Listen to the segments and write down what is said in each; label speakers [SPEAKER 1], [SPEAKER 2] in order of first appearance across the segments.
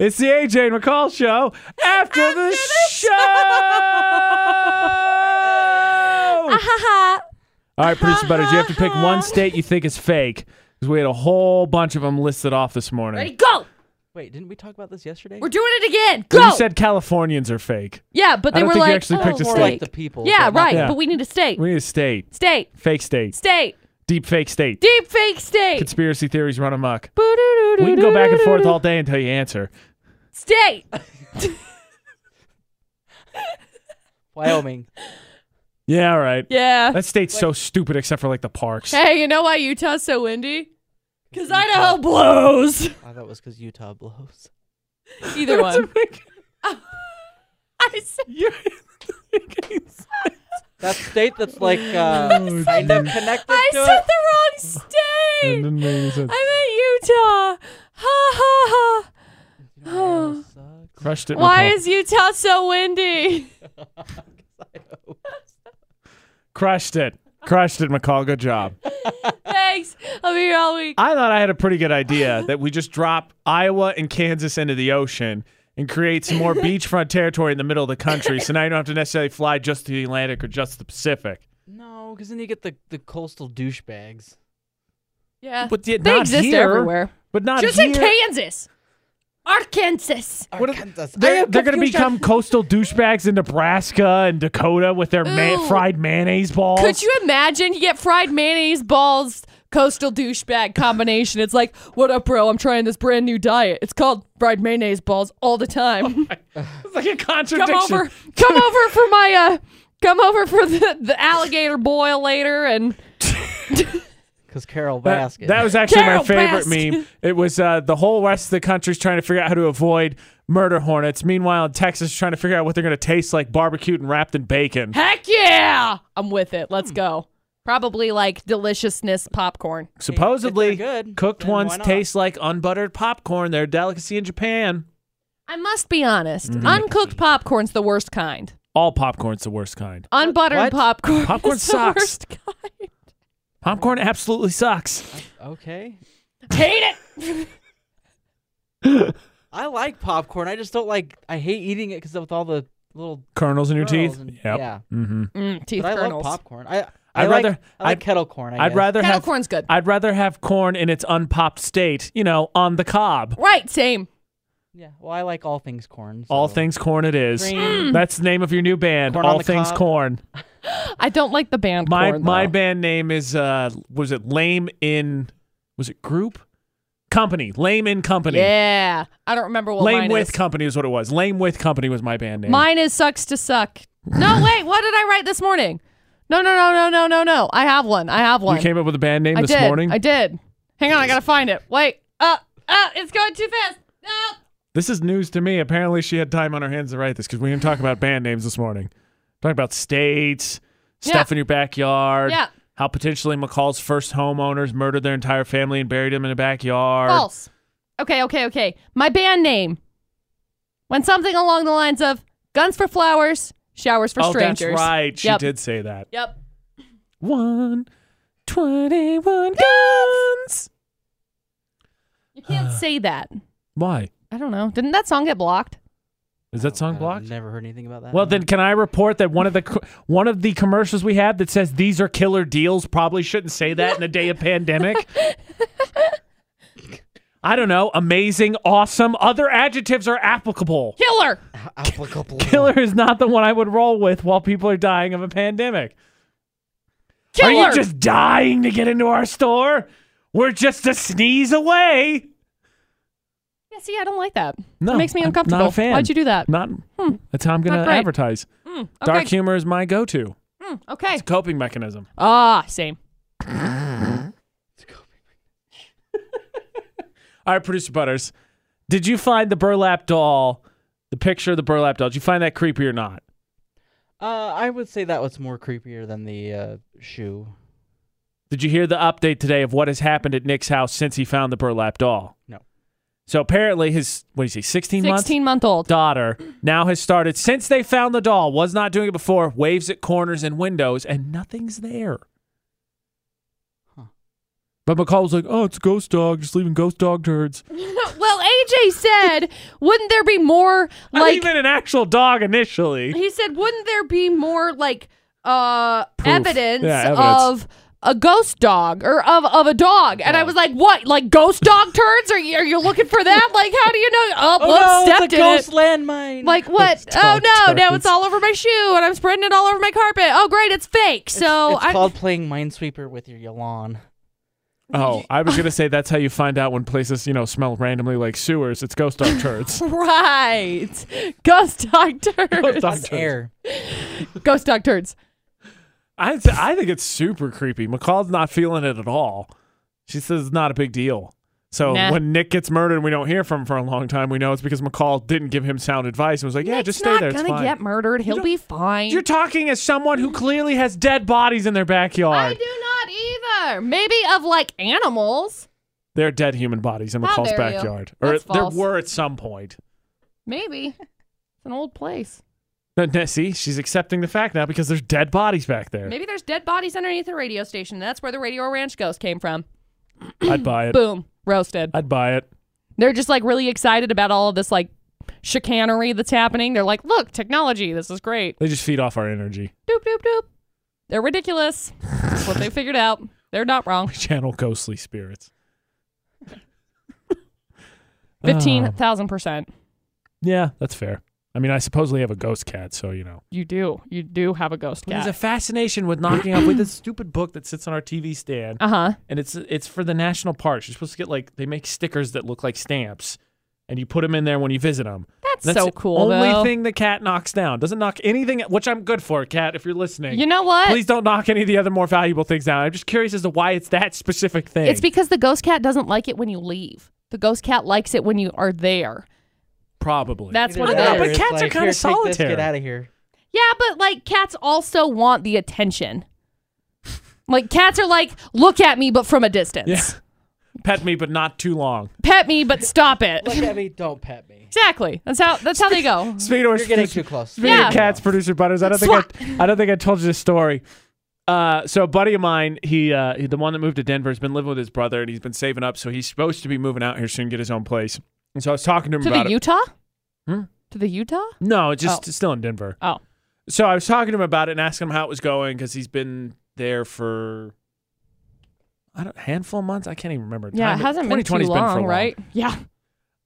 [SPEAKER 1] It's the AJ and McCall show after, the, show.
[SPEAKER 2] Haha.
[SPEAKER 1] All right, producer Butters, you have to pick one state you think is fake because we had a whole bunch of them listed off this morning.
[SPEAKER 2] Ready? Go.
[SPEAKER 3] Wait, didn't we talk about this yesterday?
[SPEAKER 2] We're doing it again. Go.
[SPEAKER 1] Well, You said Californians are fake.
[SPEAKER 2] yeah, but
[SPEAKER 1] I
[SPEAKER 2] they
[SPEAKER 1] don't
[SPEAKER 2] were
[SPEAKER 1] think you
[SPEAKER 2] like,
[SPEAKER 1] actually
[SPEAKER 2] oh,
[SPEAKER 1] picked a
[SPEAKER 2] we're
[SPEAKER 3] more
[SPEAKER 1] state.
[SPEAKER 3] like
[SPEAKER 2] like-
[SPEAKER 3] the people.
[SPEAKER 2] yeah,
[SPEAKER 3] but not
[SPEAKER 2] right.
[SPEAKER 1] Yeah.
[SPEAKER 2] But we need a state.
[SPEAKER 1] We need a state.
[SPEAKER 2] state.
[SPEAKER 1] Fake state.
[SPEAKER 2] State.
[SPEAKER 1] Deep fake state.
[SPEAKER 2] Deep fake state.
[SPEAKER 1] Conspiracy theories run amok.
[SPEAKER 2] Boo-doo-doo-doo-doo-doo-doo.
[SPEAKER 1] We can go back and forth all day until you answer.
[SPEAKER 2] State.
[SPEAKER 3] Wyoming.
[SPEAKER 1] Yeah, all right.
[SPEAKER 2] Yeah.
[SPEAKER 1] That state's so stupid except for like the parks.
[SPEAKER 2] Hey, you know why Utah's so windy? Because Idaho blows.
[SPEAKER 3] I thought it was because Utah blows.
[SPEAKER 2] Either one. I said
[SPEAKER 3] That state that's like uh,
[SPEAKER 1] Oh,
[SPEAKER 3] kind of connected
[SPEAKER 2] I
[SPEAKER 3] to
[SPEAKER 2] said
[SPEAKER 3] it.
[SPEAKER 2] the wrong state.
[SPEAKER 1] Crushed
[SPEAKER 2] I meant Utah. Ha ha ha.
[SPEAKER 3] You know, Idaho sucks.
[SPEAKER 1] it.
[SPEAKER 2] Why
[SPEAKER 1] Nicole.
[SPEAKER 2] is Utah so windy?
[SPEAKER 3] 'Cause Idaho-
[SPEAKER 1] Crushed it. Crushed it, McCall. Good job.
[SPEAKER 2] Thanks. I'll be here all week.
[SPEAKER 1] I thought I had a pretty good idea that we just drop Iowa and Kansas into the ocean and create some more beachfront territory in the middle of the country. So now you don't have to necessarily fly just to the Atlantic or just the Pacific.
[SPEAKER 3] No, because then you get the, the coastal douchebags.
[SPEAKER 2] Yeah.
[SPEAKER 1] But yet
[SPEAKER 2] they
[SPEAKER 1] not
[SPEAKER 2] exist
[SPEAKER 1] here,
[SPEAKER 2] everywhere.
[SPEAKER 1] But not
[SPEAKER 2] Just
[SPEAKER 1] here.
[SPEAKER 2] in Kansas. Arkansas.
[SPEAKER 1] What are-
[SPEAKER 3] Arkansas. I
[SPEAKER 1] They're,
[SPEAKER 3] am
[SPEAKER 1] they're going to
[SPEAKER 3] confused.
[SPEAKER 1] become coastal douchebags in Nebraska and Dakota with their ma-
[SPEAKER 2] Ooh.
[SPEAKER 1] fried mayonnaise balls.
[SPEAKER 2] Could you imagine? You get fried mayonnaise balls, coastal douchebag combination. It's like, what up, bro? I'm trying this brand new diet. It's called fried mayonnaise balls all the time.
[SPEAKER 1] It's like a contradiction.
[SPEAKER 2] come over, come over for my, uh, come over for the, the alligator boil later, and
[SPEAKER 3] Because Carol
[SPEAKER 1] That,
[SPEAKER 3] Baskin.
[SPEAKER 1] that was actually my
[SPEAKER 2] Carol
[SPEAKER 1] favorite
[SPEAKER 2] Baskin.
[SPEAKER 1] meme. It was uh, the whole rest of the country's trying to figure out how to avoid murder hornets. Meanwhile, in Texas, trying to figure out what they're going to taste like barbecued and wrapped in bacon.
[SPEAKER 2] heck yeah, I'm with it. Let's go. Probably like deliciousness popcorn.
[SPEAKER 1] Supposedly,
[SPEAKER 3] if they're good,
[SPEAKER 1] cooked
[SPEAKER 3] then why
[SPEAKER 1] ones
[SPEAKER 3] not?
[SPEAKER 1] taste like unbuttered popcorn. They're a delicacy in Japan.
[SPEAKER 2] I must be honest.
[SPEAKER 1] Mm-hmm.
[SPEAKER 2] Uncooked popcorn's the worst kind.
[SPEAKER 1] All popcorn's the worst kind.
[SPEAKER 2] Unbuttered
[SPEAKER 3] What?
[SPEAKER 2] popcorn.
[SPEAKER 1] Popcorn
[SPEAKER 2] is
[SPEAKER 1] sucks.
[SPEAKER 2] The worst kind.
[SPEAKER 1] Popcorn absolutely sucks.
[SPEAKER 3] okay.
[SPEAKER 2] Hate it.
[SPEAKER 3] I like popcorn. I just don't like. I hate eating it because with all the little.
[SPEAKER 1] Kernels in your
[SPEAKER 3] kernels
[SPEAKER 1] teeth.
[SPEAKER 3] and-
[SPEAKER 1] yep.
[SPEAKER 3] Yeah.
[SPEAKER 1] Mm-hmm.
[SPEAKER 2] Mm, teeth
[SPEAKER 3] But I
[SPEAKER 2] kernels.
[SPEAKER 3] love popcorn. I. I
[SPEAKER 1] I'd
[SPEAKER 3] like,
[SPEAKER 1] rather-
[SPEAKER 3] I like
[SPEAKER 1] I'd-
[SPEAKER 3] kettle corn. I
[SPEAKER 1] I'd
[SPEAKER 3] guess.
[SPEAKER 1] rather
[SPEAKER 2] Kettle
[SPEAKER 1] have
[SPEAKER 2] corn's good.
[SPEAKER 1] I'd rather have corn in its unpopped state. You know, on the cob.
[SPEAKER 2] right, same.
[SPEAKER 3] Yeah. Well, I like all things corn.
[SPEAKER 1] All
[SPEAKER 3] so-
[SPEAKER 1] things corn. It is.
[SPEAKER 3] Green.
[SPEAKER 1] That's the name of your new band.
[SPEAKER 3] Corn on
[SPEAKER 1] All
[SPEAKER 3] the
[SPEAKER 1] things
[SPEAKER 3] cob.
[SPEAKER 1] corn.
[SPEAKER 2] I don't like the band
[SPEAKER 1] My
[SPEAKER 2] corn.
[SPEAKER 1] my
[SPEAKER 2] though.
[SPEAKER 1] band name is uh was it Lame in was it group? Company. Lame in Company.
[SPEAKER 2] Yeah, I don't remember what
[SPEAKER 1] Lame
[SPEAKER 2] mine
[SPEAKER 1] with
[SPEAKER 2] is.
[SPEAKER 1] Company is what it was. Lame with Company was my band name.
[SPEAKER 2] mine is sucks to suck. No, wait. What did I write this morning? No, no, no, no, no, no, no. I have one. I have one.
[SPEAKER 1] you came up with a band name
[SPEAKER 2] I
[SPEAKER 1] this
[SPEAKER 2] did.
[SPEAKER 1] morning?
[SPEAKER 2] I did. Hang on, I gotta find it. Wait. Uh, uh, it's going too fast. No.
[SPEAKER 1] this is news to me. Apparently she had time on her hands to write this because we didn't talk about band names this morning. Talking about states, stuff
[SPEAKER 2] Yeah.
[SPEAKER 1] in your backyard.
[SPEAKER 2] Yeah.
[SPEAKER 1] How potentially McCall's first homeowners murdered their entire family and buried them in a backyard.
[SPEAKER 2] False. Okay, okay, okay. My band name. When something along the lines of guns for flowers, showers for
[SPEAKER 1] oh,
[SPEAKER 2] strangers.
[SPEAKER 1] that's right. She
[SPEAKER 2] Yep.
[SPEAKER 1] did say that.
[SPEAKER 2] Yep.
[SPEAKER 1] One twenty-one guns.
[SPEAKER 2] You can't say that.
[SPEAKER 1] Why?
[SPEAKER 2] I don't know. Didn't that song get blocked?
[SPEAKER 1] Is that song
[SPEAKER 3] I've
[SPEAKER 1] blocked?
[SPEAKER 3] Never heard anything about that.
[SPEAKER 1] Well, then can I report that one of the co- one of the commercials we had that says these are killer deals probably shouldn't say that in a day of pandemic. I don't know. Amazing, awesome. Other adjectives are applicable.
[SPEAKER 2] Killer.
[SPEAKER 3] applicable.
[SPEAKER 1] Killer is not the one I would roll with while people are dying of a pandemic.
[SPEAKER 2] Killer.
[SPEAKER 1] Are you just dying to get into our store? We're just a sneeze away.
[SPEAKER 2] yeah, see, I don't like that.
[SPEAKER 1] No,
[SPEAKER 2] it makes me
[SPEAKER 1] I'm
[SPEAKER 2] uncomfortable.
[SPEAKER 1] Not a fan.
[SPEAKER 2] Why'd you do that? Hmm.
[SPEAKER 1] Not. That's how I'm going
[SPEAKER 2] Not
[SPEAKER 1] to
[SPEAKER 2] great.
[SPEAKER 1] advertise.
[SPEAKER 2] Mm, okay.
[SPEAKER 1] Dark humor is my go-to.
[SPEAKER 2] Mm, okay.
[SPEAKER 1] It's a coping mechanism.
[SPEAKER 2] Ah, same.
[SPEAKER 1] All right, producer Butters, did you find the burlap doll, the picture of the burlap doll? Did you find that creepy or not?
[SPEAKER 3] Uh, I would say that was more creepier than the uh, shoe.
[SPEAKER 1] Did you hear the update today of what has happened at Nick's house since he found the burlap doll?
[SPEAKER 3] No.
[SPEAKER 1] So apparently his what do you say, sixteen months
[SPEAKER 2] 16 month old.
[SPEAKER 1] daughter now has started since they found the doll, was not doing it before, waves at corners and windows, and nothing's there.
[SPEAKER 3] Huh.
[SPEAKER 1] But McCall was like, "Oh, it's a ghost dog, just leaving ghost dog turds."
[SPEAKER 2] Well, AJ said, wouldn't there be more
[SPEAKER 1] Not
[SPEAKER 2] like
[SPEAKER 1] even an actual dog initially.
[SPEAKER 2] he said, wouldn't there be more like uh evidence,
[SPEAKER 1] Yeah, evidence.
[SPEAKER 2] of a ghost dog or of, of a dog?
[SPEAKER 1] Oh.
[SPEAKER 2] And I was like, what? Like ghost dog turds? Are you, are you looking for that? Like, how do you know? Oh,
[SPEAKER 3] Oh,
[SPEAKER 2] well,
[SPEAKER 3] no,
[SPEAKER 2] stepped
[SPEAKER 3] it's a
[SPEAKER 2] in
[SPEAKER 3] ghost
[SPEAKER 2] it.
[SPEAKER 3] landmine.
[SPEAKER 2] Like what?
[SPEAKER 1] Ghost
[SPEAKER 2] Oh
[SPEAKER 1] dog
[SPEAKER 2] no! Now it's
[SPEAKER 1] turds.
[SPEAKER 2] all over my shoe, and I'm spreading it all over my carpet. Oh great, it's fake. So
[SPEAKER 3] it's
[SPEAKER 2] I,
[SPEAKER 3] called playing Minesweeper with your lawn.
[SPEAKER 1] Oh, I was gonna say that's how you find out when places you know smell randomly like sewers. It's ghost dog turds.
[SPEAKER 2] Right. Ghost dog turds.
[SPEAKER 1] Ghost dog
[SPEAKER 3] It's
[SPEAKER 1] turds.
[SPEAKER 3] air.
[SPEAKER 2] Ghost dog turds.
[SPEAKER 1] I th- I think it's super creepy. McCall's not feeling it at all. She says it's not a big deal. So
[SPEAKER 2] Nah.
[SPEAKER 1] when Nick gets murdered and we don't hear from him for a long time, we know it's because McCall didn't give him sound advice and was like, "Yeah, just stay
[SPEAKER 2] not
[SPEAKER 1] there. It's
[SPEAKER 2] gonna
[SPEAKER 1] fine."
[SPEAKER 2] get murdered. He'll
[SPEAKER 1] don't-
[SPEAKER 2] be fine.
[SPEAKER 1] You're talking as someone who clearly has dead bodies in their
[SPEAKER 2] I
[SPEAKER 1] backyard.
[SPEAKER 2] do not either. Maybe of like animals.
[SPEAKER 1] They're dead human bodies in
[SPEAKER 2] How
[SPEAKER 1] McCall's
[SPEAKER 2] dare you.
[SPEAKER 1] backyard,
[SPEAKER 2] That's
[SPEAKER 1] or there
[SPEAKER 2] false.
[SPEAKER 1] were at some point.
[SPEAKER 2] Maybe. It's an old place.
[SPEAKER 1] No, no, See, she's accepting the fact now because there's dead bodies back there.
[SPEAKER 2] Maybe there's dead bodies underneath the radio station. and That's where the Radio Ranch ghost came from.
[SPEAKER 1] I'd buy it.
[SPEAKER 2] Boom. Roasted.
[SPEAKER 1] I'd buy it.
[SPEAKER 2] They're just like really excited about all of this like chicanery that's happening. They're like, look, technology. This is great.
[SPEAKER 1] They just feed off our energy.
[SPEAKER 2] Doop, doop, doop. They're ridiculous. That's what they figured out. They're not wrong.
[SPEAKER 1] We channel ghostly spirits. Uh.
[SPEAKER 2] 15,000%.
[SPEAKER 1] Um, Yeah, that's fair. I mean, I supposedly have a ghost cat, so you know.
[SPEAKER 2] You do. You do have a ghost
[SPEAKER 1] There's
[SPEAKER 2] cat.
[SPEAKER 1] a fascination with knocking off with this stupid book that sits on our TV stand,
[SPEAKER 2] uh huh.
[SPEAKER 1] and it's it's for the national parks. You're supposed to get like they make stickers that look like stamps, and you put them in there when you visit them.
[SPEAKER 2] That's,
[SPEAKER 1] That's
[SPEAKER 2] so
[SPEAKER 1] the
[SPEAKER 2] cool.
[SPEAKER 1] Only
[SPEAKER 2] though.
[SPEAKER 1] thing the cat knocks down doesn't knock anything, which I'm good for, cat. If you're listening,
[SPEAKER 2] You know what?
[SPEAKER 1] please don't knock any of the other more valuable things down. I'm just curious as to why it's that specific thing.
[SPEAKER 2] It's because the ghost cat doesn't like it when you leave. The ghost cat likes it when you are there.
[SPEAKER 1] probably
[SPEAKER 2] That's
[SPEAKER 3] Either
[SPEAKER 2] what it
[SPEAKER 1] I know,
[SPEAKER 3] that
[SPEAKER 2] is.
[SPEAKER 3] or
[SPEAKER 1] but
[SPEAKER 3] it's
[SPEAKER 1] cats are kinda
[SPEAKER 3] like, "Here, take this,
[SPEAKER 1] solitary."
[SPEAKER 3] Get out of here.
[SPEAKER 2] Yeah, but like cats also want the attention. Like cats are like, look at me, but from a distance.
[SPEAKER 1] Yeah. pet me, but not too long.
[SPEAKER 2] Pet me, but stop it.
[SPEAKER 3] Look at me. Don't pet me.
[SPEAKER 2] exactly. That's how. That's how they go.
[SPEAKER 1] Speed or
[SPEAKER 3] You're getting too close.
[SPEAKER 1] Speaking
[SPEAKER 2] Yeah.
[SPEAKER 1] of cats, producer Butters, I don't think I, I don't think I told you this story. Uh, so a buddy of mine, he uh, the one that moved to Denver, has been living with his brother, and he's been saving up. So he's supposed to be moving out here soon, get his own place. And so I was talking to him
[SPEAKER 2] To
[SPEAKER 1] about
[SPEAKER 2] the Utah.
[SPEAKER 1] Hmm?
[SPEAKER 2] To the Utah.
[SPEAKER 1] it. No, it's just
[SPEAKER 2] Oh.
[SPEAKER 1] still in Denver.
[SPEAKER 2] Oh.
[SPEAKER 1] So I was talking to him about it and asking him how it was going because he's been there for I don't handful of months. I can't even remember.
[SPEAKER 2] Yeah,
[SPEAKER 1] Time-
[SPEAKER 2] it hasn't been too
[SPEAKER 1] 2020's for
[SPEAKER 2] long, right? Yeah.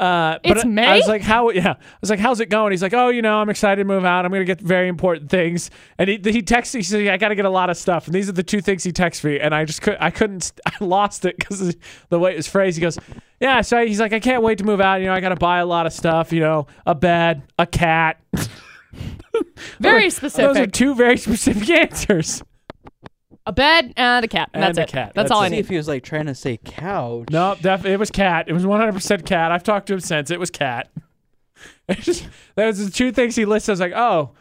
[SPEAKER 1] Uh, but
[SPEAKER 2] It's
[SPEAKER 1] I- I
[SPEAKER 2] May?
[SPEAKER 1] was like, how? Yeah, I was like, how's it going? He's like, oh, you know, I'm excited to move out. I'm gonna get very important things. And he he texts. He says, I gotta get a lot of stuff. And these are the two things he texts me. And I just could I couldn't I lost it because the way it was phrased. He goes, yeah. So he's like, I can't wait to move out. You know, I gotta buy a lot of stuff. You know, a bed, a cat.
[SPEAKER 2] Very
[SPEAKER 1] Those are
[SPEAKER 2] specific.
[SPEAKER 1] two very specific answers.
[SPEAKER 2] a bed and a cat.
[SPEAKER 1] And
[SPEAKER 2] That's
[SPEAKER 1] a
[SPEAKER 2] it.
[SPEAKER 1] cat.
[SPEAKER 2] That's,
[SPEAKER 1] That's
[SPEAKER 2] all
[SPEAKER 1] it.
[SPEAKER 2] I
[SPEAKER 3] See
[SPEAKER 2] need.
[SPEAKER 3] if he was like trying to say couch.
[SPEAKER 1] No, def- it was cat. It was 100% cat. I've talked to him since. It was cat. It's just- Those are the two things he lists. I was like, oh.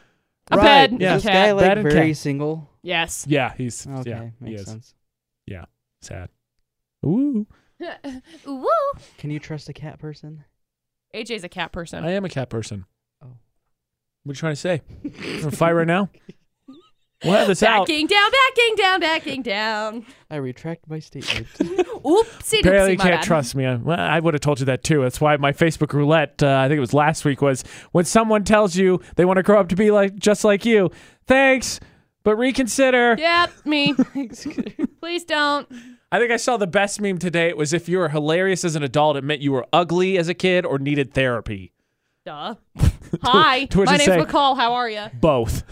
[SPEAKER 2] A
[SPEAKER 1] right,
[SPEAKER 2] bed.
[SPEAKER 1] Yeah.
[SPEAKER 3] Is this
[SPEAKER 2] Cat,
[SPEAKER 3] guy
[SPEAKER 1] bed
[SPEAKER 3] like
[SPEAKER 1] and
[SPEAKER 3] very
[SPEAKER 1] cat.
[SPEAKER 3] single.
[SPEAKER 2] Yes.
[SPEAKER 1] Yeah, he's
[SPEAKER 3] Okay,
[SPEAKER 1] yeah, he
[SPEAKER 3] makes
[SPEAKER 1] is
[SPEAKER 3] sense.
[SPEAKER 1] sad. Ooh,
[SPEAKER 2] Woo.
[SPEAKER 3] Can you trust a cat person?
[SPEAKER 2] AJ's a cat person.
[SPEAKER 1] I am a cat person.
[SPEAKER 3] Oh.
[SPEAKER 1] What are you trying to say? From fight right now? We'll have this out.
[SPEAKER 2] backing down, backing down, backing down.
[SPEAKER 3] I retract my statement.
[SPEAKER 1] Apparently,
[SPEAKER 2] Oopsie
[SPEAKER 1] you
[SPEAKER 2] doopsie, my
[SPEAKER 1] can't
[SPEAKER 2] bad.
[SPEAKER 1] trust me. I, well, I would have told you that too. That's why my Facebook roulette, uh, I think it was last week, was when someone tells you they want to grow up to be like just like you. Thanks, but reconsider.
[SPEAKER 2] Yep, me. Please don't.
[SPEAKER 1] I think I saw the best meme today. It was if you were hilarious as an adult, it meant you were ugly as a kid or needed therapy.
[SPEAKER 2] Duh. Hi,
[SPEAKER 1] to which
[SPEAKER 2] my
[SPEAKER 1] I
[SPEAKER 2] name's
[SPEAKER 1] say-
[SPEAKER 2] McCall. How are you?
[SPEAKER 1] Both.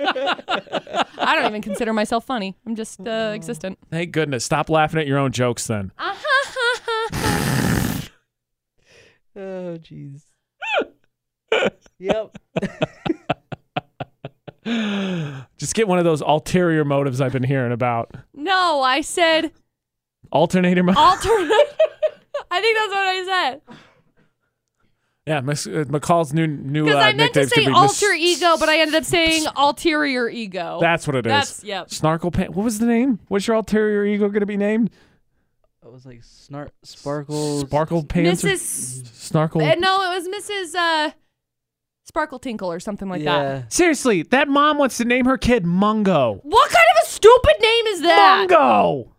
[SPEAKER 2] I don't even consider myself funny. I'm just
[SPEAKER 1] Oh.
[SPEAKER 2] uh, existent.
[SPEAKER 1] Thank goodness. Stop laughing at your own jokes then.
[SPEAKER 3] oh jeez. yep.
[SPEAKER 1] Just get one of those ulterior motives I've been hearing about.
[SPEAKER 2] no, I said
[SPEAKER 1] Alternator motive.
[SPEAKER 2] alternate. I think that's what I said.
[SPEAKER 1] yeah, Miss, uh, McCall's new new
[SPEAKER 2] Because
[SPEAKER 1] uh,
[SPEAKER 2] I meant to
[SPEAKER 1] nickname's
[SPEAKER 2] say
[SPEAKER 1] gonna be Miss-
[SPEAKER 2] alter ego, but I ended up saying ulterior ego.
[SPEAKER 1] That's what it is.
[SPEAKER 2] That's- yep.
[SPEAKER 1] Snarkle pant. What was the name? What's your ulterior ego going to be named?
[SPEAKER 3] It was like snart sparkles.
[SPEAKER 1] Sparkle pants. or-
[SPEAKER 2] Mrs.
[SPEAKER 1] Snarkle.
[SPEAKER 2] Uh, no, it was Mrs. Uh, Sparkle Tinkle or something like that.
[SPEAKER 3] yeah.
[SPEAKER 1] Seriously, that mom wants to name her kid Mungo.
[SPEAKER 2] What kind of a stupid name is that?
[SPEAKER 1] Mungo.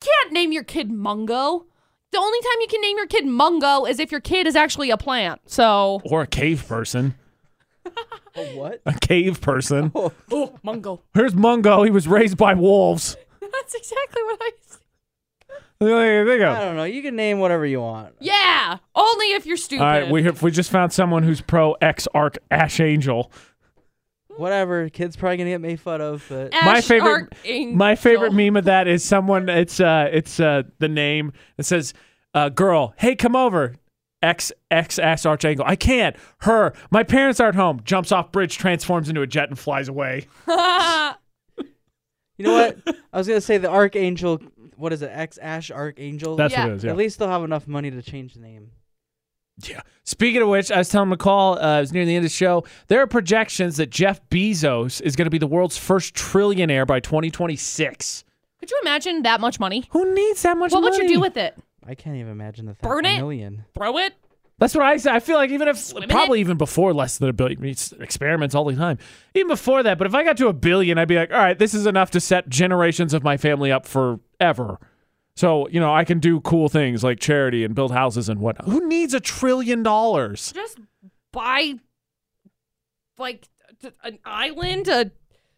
[SPEAKER 2] can't name your kid Mungo. The only time you can name your kid Mungo is if your kid is actually a plant. So,
[SPEAKER 1] Or a cave person.
[SPEAKER 3] A what?
[SPEAKER 1] A cave person.
[SPEAKER 2] oh, Mungo.
[SPEAKER 1] Here's Mungo. He was raised by wolves.
[SPEAKER 2] That's exactly what I.
[SPEAKER 1] There you
[SPEAKER 3] I
[SPEAKER 1] go.
[SPEAKER 3] don't know. You can name whatever you want.
[SPEAKER 2] Yeah, only if you're
[SPEAKER 1] All
[SPEAKER 2] stupid.
[SPEAKER 1] right, we we just found someone who's pro ex arc Ash Angel.
[SPEAKER 3] Whatever. Kid's probably gonna get made fun of, but
[SPEAKER 2] Ash
[SPEAKER 1] my favorite-
[SPEAKER 2] Archangel.
[SPEAKER 1] My favorite meme of that is someone. It's uh, it's uh, the name. It says, uh, "Girl, hey, come over." X X ass archangle. I can't. Her. My parents aren't home. Jumps off bridge, transforms into a jet, and flies away.
[SPEAKER 3] you know what? I was gonna say the Archangel. What is it? X Ash Archangel.
[SPEAKER 1] That's what
[SPEAKER 2] Yeah.
[SPEAKER 1] it is. Yeah.
[SPEAKER 3] At least they'll have enough money to change the name.
[SPEAKER 1] Yeah. Speaking of which, I was telling McCall, uh, it was near the end of the show. There are projections that Jeff Bezos is going to be the world's first trillionaire by 2026.
[SPEAKER 2] Could you imagine that much money?
[SPEAKER 1] Who needs that much
[SPEAKER 2] What
[SPEAKER 1] money?
[SPEAKER 2] would you do with it?
[SPEAKER 3] I can't even imagine the
[SPEAKER 2] Burn it?
[SPEAKER 3] million.
[SPEAKER 2] Throw it?
[SPEAKER 1] That's what I say. I feel like even if
[SPEAKER 2] in
[SPEAKER 1] probably even before less than a billion I mean, it's experiments all the time. Even before that, but if I got to a billion, I'd be like, all right, this is enough to set generations of my family up forever. So you know, I can do cool things like charity and build houses and whatnot. Who needs a trillion dollars?
[SPEAKER 2] Just buy like t- an island, a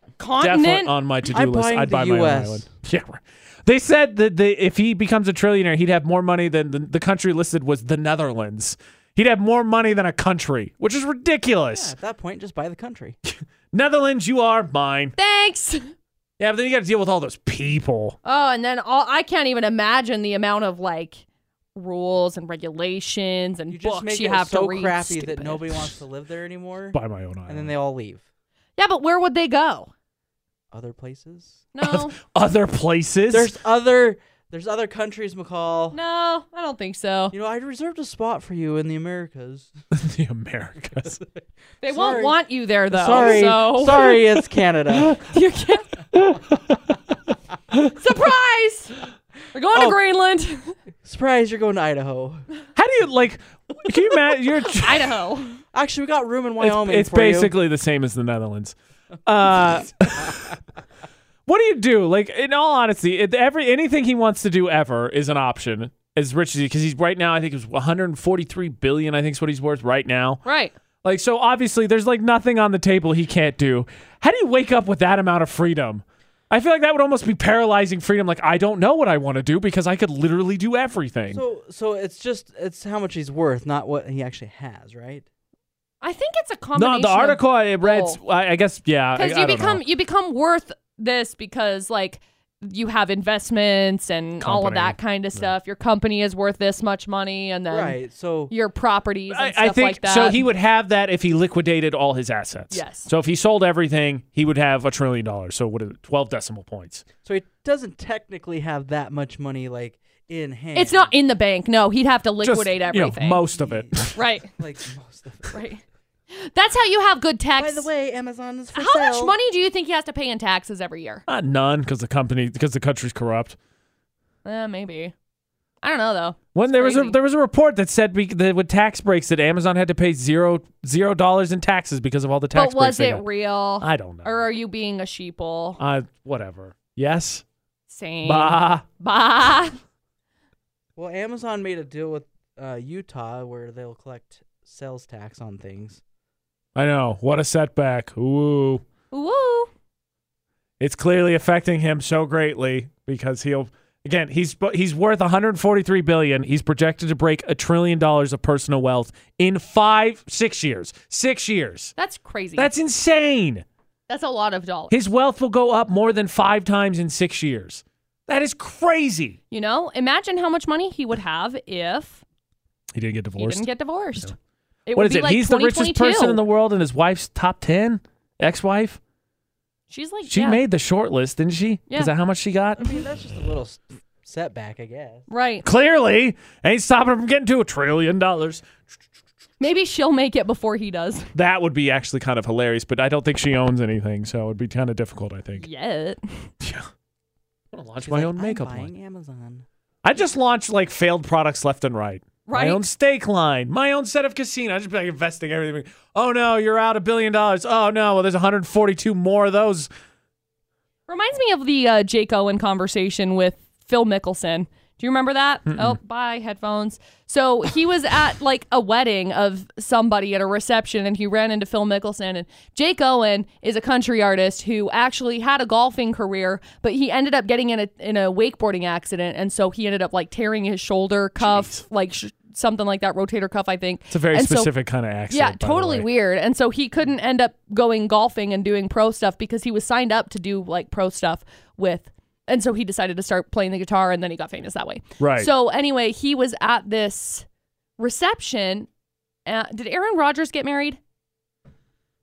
[SPEAKER 1] Definitely uh,
[SPEAKER 2] continent.
[SPEAKER 1] on my to-do
[SPEAKER 3] I'm
[SPEAKER 1] list.
[SPEAKER 3] buying
[SPEAKER 1] I'd
[SPEAKER 3] the
[SPEAKER 1] buy my own
[SPEAKER 3] US.
[SPEAKER 1] island. Yeah. right. They said that they, if he becomes a trillionaire, he'd have more money than the, the country listed was the Netherlands. He'd have more money than a country, which is
[SPEAKER 3] Yeah,
[SPEAKER 1] ridiculous.
[SPEAKER 3] at that point, just buy the country.
[SPEAKER 1] Netherlands, you are mine.
[SPEAKER 2] Thanks.
[SPEAKER 1] Yeah, but then you got to deal with all those people.
[SPEAKER 2] Oh, and then all, I can't even imagine the amount of like rules and regulations and
[SPEAKER 3] You just
[SPEAKER 2] books
[SPEAKER 3] make
[SPEAKER 2] you
[SPEAKER 3] it
[SPEAKER 2] have
[SPEAKER 3] so
[SPEAKER 2] to read.
[SPEAKER 3] crappy
[SPEAKER 2] stupid.
[SPEAKER 3] that nobody wants to live there anymore,
[SPEAKER 1] Buy my own
[SPEAKER 3] and
[SPEAKER 1] island.
[SPEAKER 3] then they all leave
[SPEAKER 2] Yeah, but where would they go?
[SPEAKER 3] other places.
[SPEAKER 2] No,
[SPEAKER 1] Other places.
[SPEAKER 3] There's other there's other countries, McCall.
[SPEAKER 2] no, I don't think so.
[SPEAKER 3] You know, I reserved a spot for you in the Americas.
[SPEAKER 1] the Americas.
[SPEAKER 2] They
[SPEAKER 3] Sorry.
[SPEAKER 2] won't want you there though.
[SPEAKER 3] sorry,
[SPEAKER 2] so.
[SPEAKER 3] sorry, it's Canada.
[SPEAKER 2] You can't. Surprise! We're going
[SPEAKER 3] Oh.
[SPEAKER 2] to Greenland,
[SPEAKER 3] Surprise, you're going to Idaho.
[SPEAKER 1] How do you like? Can you imagine? You're, it's
[SPEAKER 2] Idaho.
[SPEAKER 3] Actually, we got room in Wyoming.
[SPEAKER 1] it's
[SPEAKER 3] for you.
[SPEAKER 1] basically the same as the Netherlands. Uh, what do you do? Like, in all honesty, it, every anything he wants to do ever is an option. As rich as he, because he's right now, I think it's 143 billion. I think is what he's worth right now.
[SPEAKER 2] Right.
[SPEAKER 1] Like, so obviously, there's like nothing on the table he can't do. How do you wake up with that amount of freedom? I feel like that would almost be paralyzing freedom. Like, I don't know what I want to do because I could literally do everything.
[SPEAKER 3] So, so it's just it's how much he's worth, not what he actually has, right?
[SPEAKER 2] I think it's a combination.
[SPEAKER 1] no, the
[SPEAKER 2] of-
[SPEAKER 1] article I read, I, I guess, yeah. I-
[SPEAKER 2] because
[SPEAKER 1] I
[SPEAKER 2] you
[SPEAKER 1] don't
[SPEAKER 2] become
[SPEAKER 1] know.
[SPEAKER 2] you become worth this because like you have investments and all of
[SPEAKER 1] Company.
[SPEAKER 2] that kind of stuff. Your company is worth this much money, and then
[SPEAKER 3] Right. So
[SPEAKER 2] your properties and
[SPEAKER 1] I,
[SPEAKER 2] stuff
[SPEAKER 1] I think
[SPEAKER 2] like that.
[SPEAKER 1] so. He would have that if he liquidated all his assets.
[SPEAKER 2] Yes.
[SPEAKER 1] So if he sold everything, he would have a trillion dollars. So what? Are, Twelve decimal points.
[SPEAKER 3] so he doesn't technically have that much money like in hand.
[SPEAKER 2] It's not in the bank. No, he'd have to liquidate
[SPEAKER 1] Just, you know,
[SPEAKER 2] everything.
[SPEAKER 1] most of it.
[SPEAKER 2] right.
[SPEAKER 3] like most of it.
[SPEAKER 2] Right. That's how you have good tax.
[SPEAKER 3] By the way, Amazon is for
[SPEAKER 2] how
[SPEAKER 3] sale.
[SPEAKER 2] much money do you think he has to pay in taxes every year?
[SPEAKER 1] Not none, because the company, because the country's corrupt.
[SPEAKER 2] Uh, maybe. I don't know though.
[SPEAKER 1] When there was a
[SPEAKER 2] crazy.
[SPEAKER 1] there was a report that said we, that with tax breaks that Amazon had to pay zero zero dollars in taxes because of all the tax
[SPEAKER 2] but was
[SPEAKER 1] breaks. they
[SPEAKER 2] it
[SPEAKER 1] got.
[SPEAKER 2] real?
[SPEAKER 1] I don't know.
[SPEAKER 2] or are you being a sheeple?
[SPEAKER 1] uh, whatever. Yes.
[SPEAKER 2] Same.
[SPEAKER 1] Bah.
[SPEAKER 2] Bah.
[SPEAKER 3] Well, Amazon made a deal with uh, Utah where they'll collect sales tax on things.
[SPEAKER 1] I know. What a setback. Ooh.
[SPEAKER 2] Woo.
[SPEAKER 1] It's clearly affecting him so greatly because he'll again he's he's worth 143 billion. He's projected to break a trillion dollars of personal wealth in five six years. Six years.
[SPEAKER 2] That's crazy.
[SPEAKER 1] That's insane.
[SPEAKER 2] That's a lot of dollars.
[SPEAKER 1] His wealth will go up more than five times in six years. That is crazy.
[SPEAKER 2] you know, imagine how much money he would have if
[SPEAKER 1] He didn't get
[SPEAKER 2] he
[SPEAKER 1] divorced.
[SPEAKER 2] didn't get divorced. It
[SPEAKER 1] what
[SPEAKER 2] would
[SPEAKER 1] is
[SPEAKER 2] be
[SPEAKER 1] it?
[SPEAKER 2] like
[SPEAKER 1] He's the richest
[SPEAKER 2] 2022.
[SPEAKER 1] person in the world, and his wife's top ten ex-wife.
[SPEAKER 2] She's like
[SPEAKER 1] She
[SPEAKER 2] yeah,
[SPEAKER 1] made the short list, didn't she?
[SPEAKER 2] Yeah.
[SPEAKER 1] Is that how much she got?
[SPEAKER 3] I mean, that's just a little s- setback, I guess.
[SPEAKER 2] right.
[SPEAKER 1] Clearly, ain't stopping him from getting to a trillion dollars.
[SPEAKER 2] Maybe she'll make it before he does.
[SPEAKER 1] That would be actually kind of hilarious, but I don't think she owns anything, so it would be kind of difficult. I think.
[SPEAKER 2] Yet.
[SPEAKER 1] Yeah. I want to launch
[SPEAKER 3] She's
[SPEAKER 1] my
[SPEAKER 3] like,
[SPEAKER 1] own
[SPEAKER 3] "I'm
[SPEAKER 1] makeup
[SPEAKER 3] buying
[SPEAKER 1] line.
[SPEAKER 3] Amazon.
[SPEAKER 1] I just launched like failed products left and right.
[SPEAKER 2] Right.
[SPEAKER 1] My own steak line, my own set of casino. I just be like investing everything. Oh no, you're out a billion dollars. Oh no, well there's 142 more of those.
[SPEAKER 2] Reminds me of the uh, Jake Owen conversation with Phil Mickelson. Do you remember that? Oh, bye, headphones. So he was at like a wedding of somebody at a reception and he ran into Phil Mickelson. And Jake Owen is a country artist who actually had a golfing career, but he ended up getting in a, in a wakeboarding accident. And so he ended up like tearing his shoulder cuff, like sh- something like that, rotator cuff, I think.
[SPEAKER 1] It's a very
[SPEAKER 2] And so-
[SPEAKER 1] specific kind of accident. by
[SPEAKER 2] yeah,
[SPEAKER 1] the
[SPEAKER 2] totally
[SPEAKER 1] way.
[SPEAKER 2] weird. And so he couldn't end up going golfing and doing pro stuff because he was signed up to do like pro stuff with. And so he decided to start playing the guitar and then he got famous that way.
[SPEAKER 1] Right.
[SPEAKER 2] So anyway, he was at this reception. Uh, did Aaron Rodgers get married?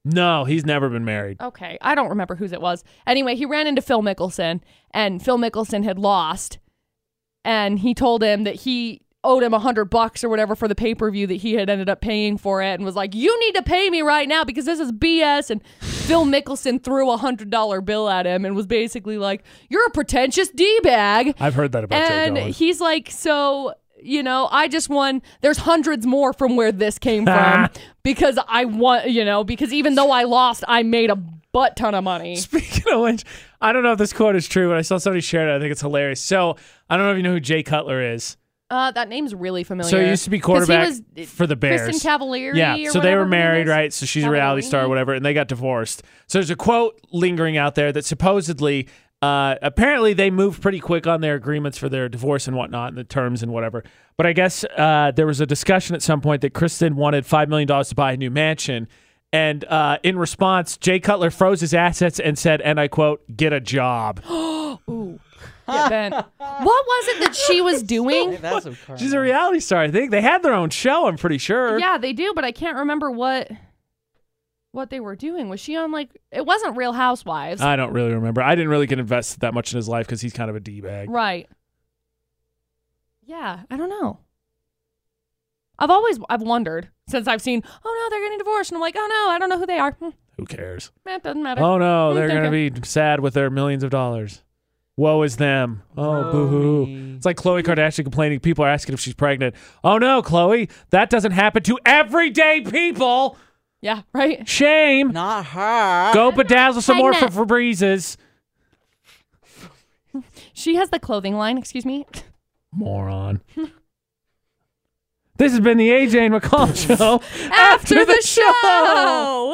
[SPEAKER 1] No, he's never been married.
[SPEAKER 2] Okay. I don't remember whose it was. Anyway, he ran into Phil Mickelson and Phil Mickelson had lost and he told him that he owed him a hundred bucks or whatever for the pay-per-view that he had ended up paying for it and was like, You need to pay me right now because this is BS and Phil Mickelson threw a hundred dollar bill at him and was basically like, You're a pretentious D bag
[SPEAKER 1] I've heard that about
[SPEAKER 2] and
[SPEAKER 1] Jake Owen.
[SPEAKER 2] he's like, so you know, I just won. There's hundreds more from where this came from because I want, you know, because even though I lost, I made a butt ton of money.
[SPEAKER 1] Speaking of which, I don't know if this quote is true, but I saw somebody share it. I think it's hilarious. So I don't know if you know who Jay Cutler is.
[SPEAKER 2] Uh, that name's really familiar.
[SPEAKER 1] So he used to be
[SPEAKER 2] 'Cause
[SPEAKER 1] quarterback
[SPEAKER 2] he was,
[SPEAKER 1] for the Bears.
[SPEAKER 2] Kristen Cavalieri.
[SPEAKER 1] Yeah,
[SPEAKER 2] or
[SPEAKER 1] so they
[SPEAKER 2] whatever
[SPEAKER 1] were
[SPEAKER 2] her
[SPEAKER 1] married,
[SPEAKER 2] name is.
[SPEAKER 1] right? So she's a reality star or
[SPEAKER 2] Cavallini.
[SPEAKER 1] whatever, and they got divorced. So there's a quote lingering out there that supposedly, uh, apparently, they moved pretty quick on their agreements for their divorce and whatnot, and the terms and whatever. But I guess uh, there was a discussion at some point that Kristen wanted $5 million to buy a new mansion. And uh, in response, Jay Cutler froze his assets and said, and I quote, get a job.
[SPEAKER 2] Ooh, get bent. what was it that she was doing?
[SPEAKER 3] Hey, that's some karma.
[SPEAKER 1] She's a reality star, I think. They had their own show, I'm pretty sure.
[SPEAKER 2] Yeah, they do, but I can't remember what what they were doing. Was she on like? It wasn't Real Housewives,
[SPEAKER 1] I don't really remember. I didn't really get invested that much in his life because he's kind of a D bag.
[SPEAKER 2] Right. Yeah, I don't know. I've always I've wondered since I've seen, oh no, they're getting divorced, and I'm like, oh no, I don't know who they are. Hmm,
[SPEAKER 1] Who cares?
[SPEAKER 2] eh, it doesn't matter.
[SPEAKER 1] Oh no,
[SPEAKER 2] I'm
[SPEAKER 1] they're gonna be sad with their millions of dollars. Woe is them. Oh, boo hoo.
[SPEAKER 3] me.
[SPEAKER 1] It's like Khloe Kardashian complaining. People are asking if she's pregnant. Oh no, Khloe, that doesn't happen to everyday people.
[SPEAKER 2] Yeah, right.
[SPEAKER 1] Shame.
[SPEAKER 3] Not her.
[SPEAKER 1] Go bedazzle some more for
[SPEAKER 2] pregnant.
[SPEAKER 1] Febrezes.
[SPEAKER 2] She has the clothing line. Excuse me.
[SPEAKER 1] Moron. this has been the AJ and McCall show.
[SPEAKER 2] After,
[SPEAKER 1] the
[SPEAKER 2] the show.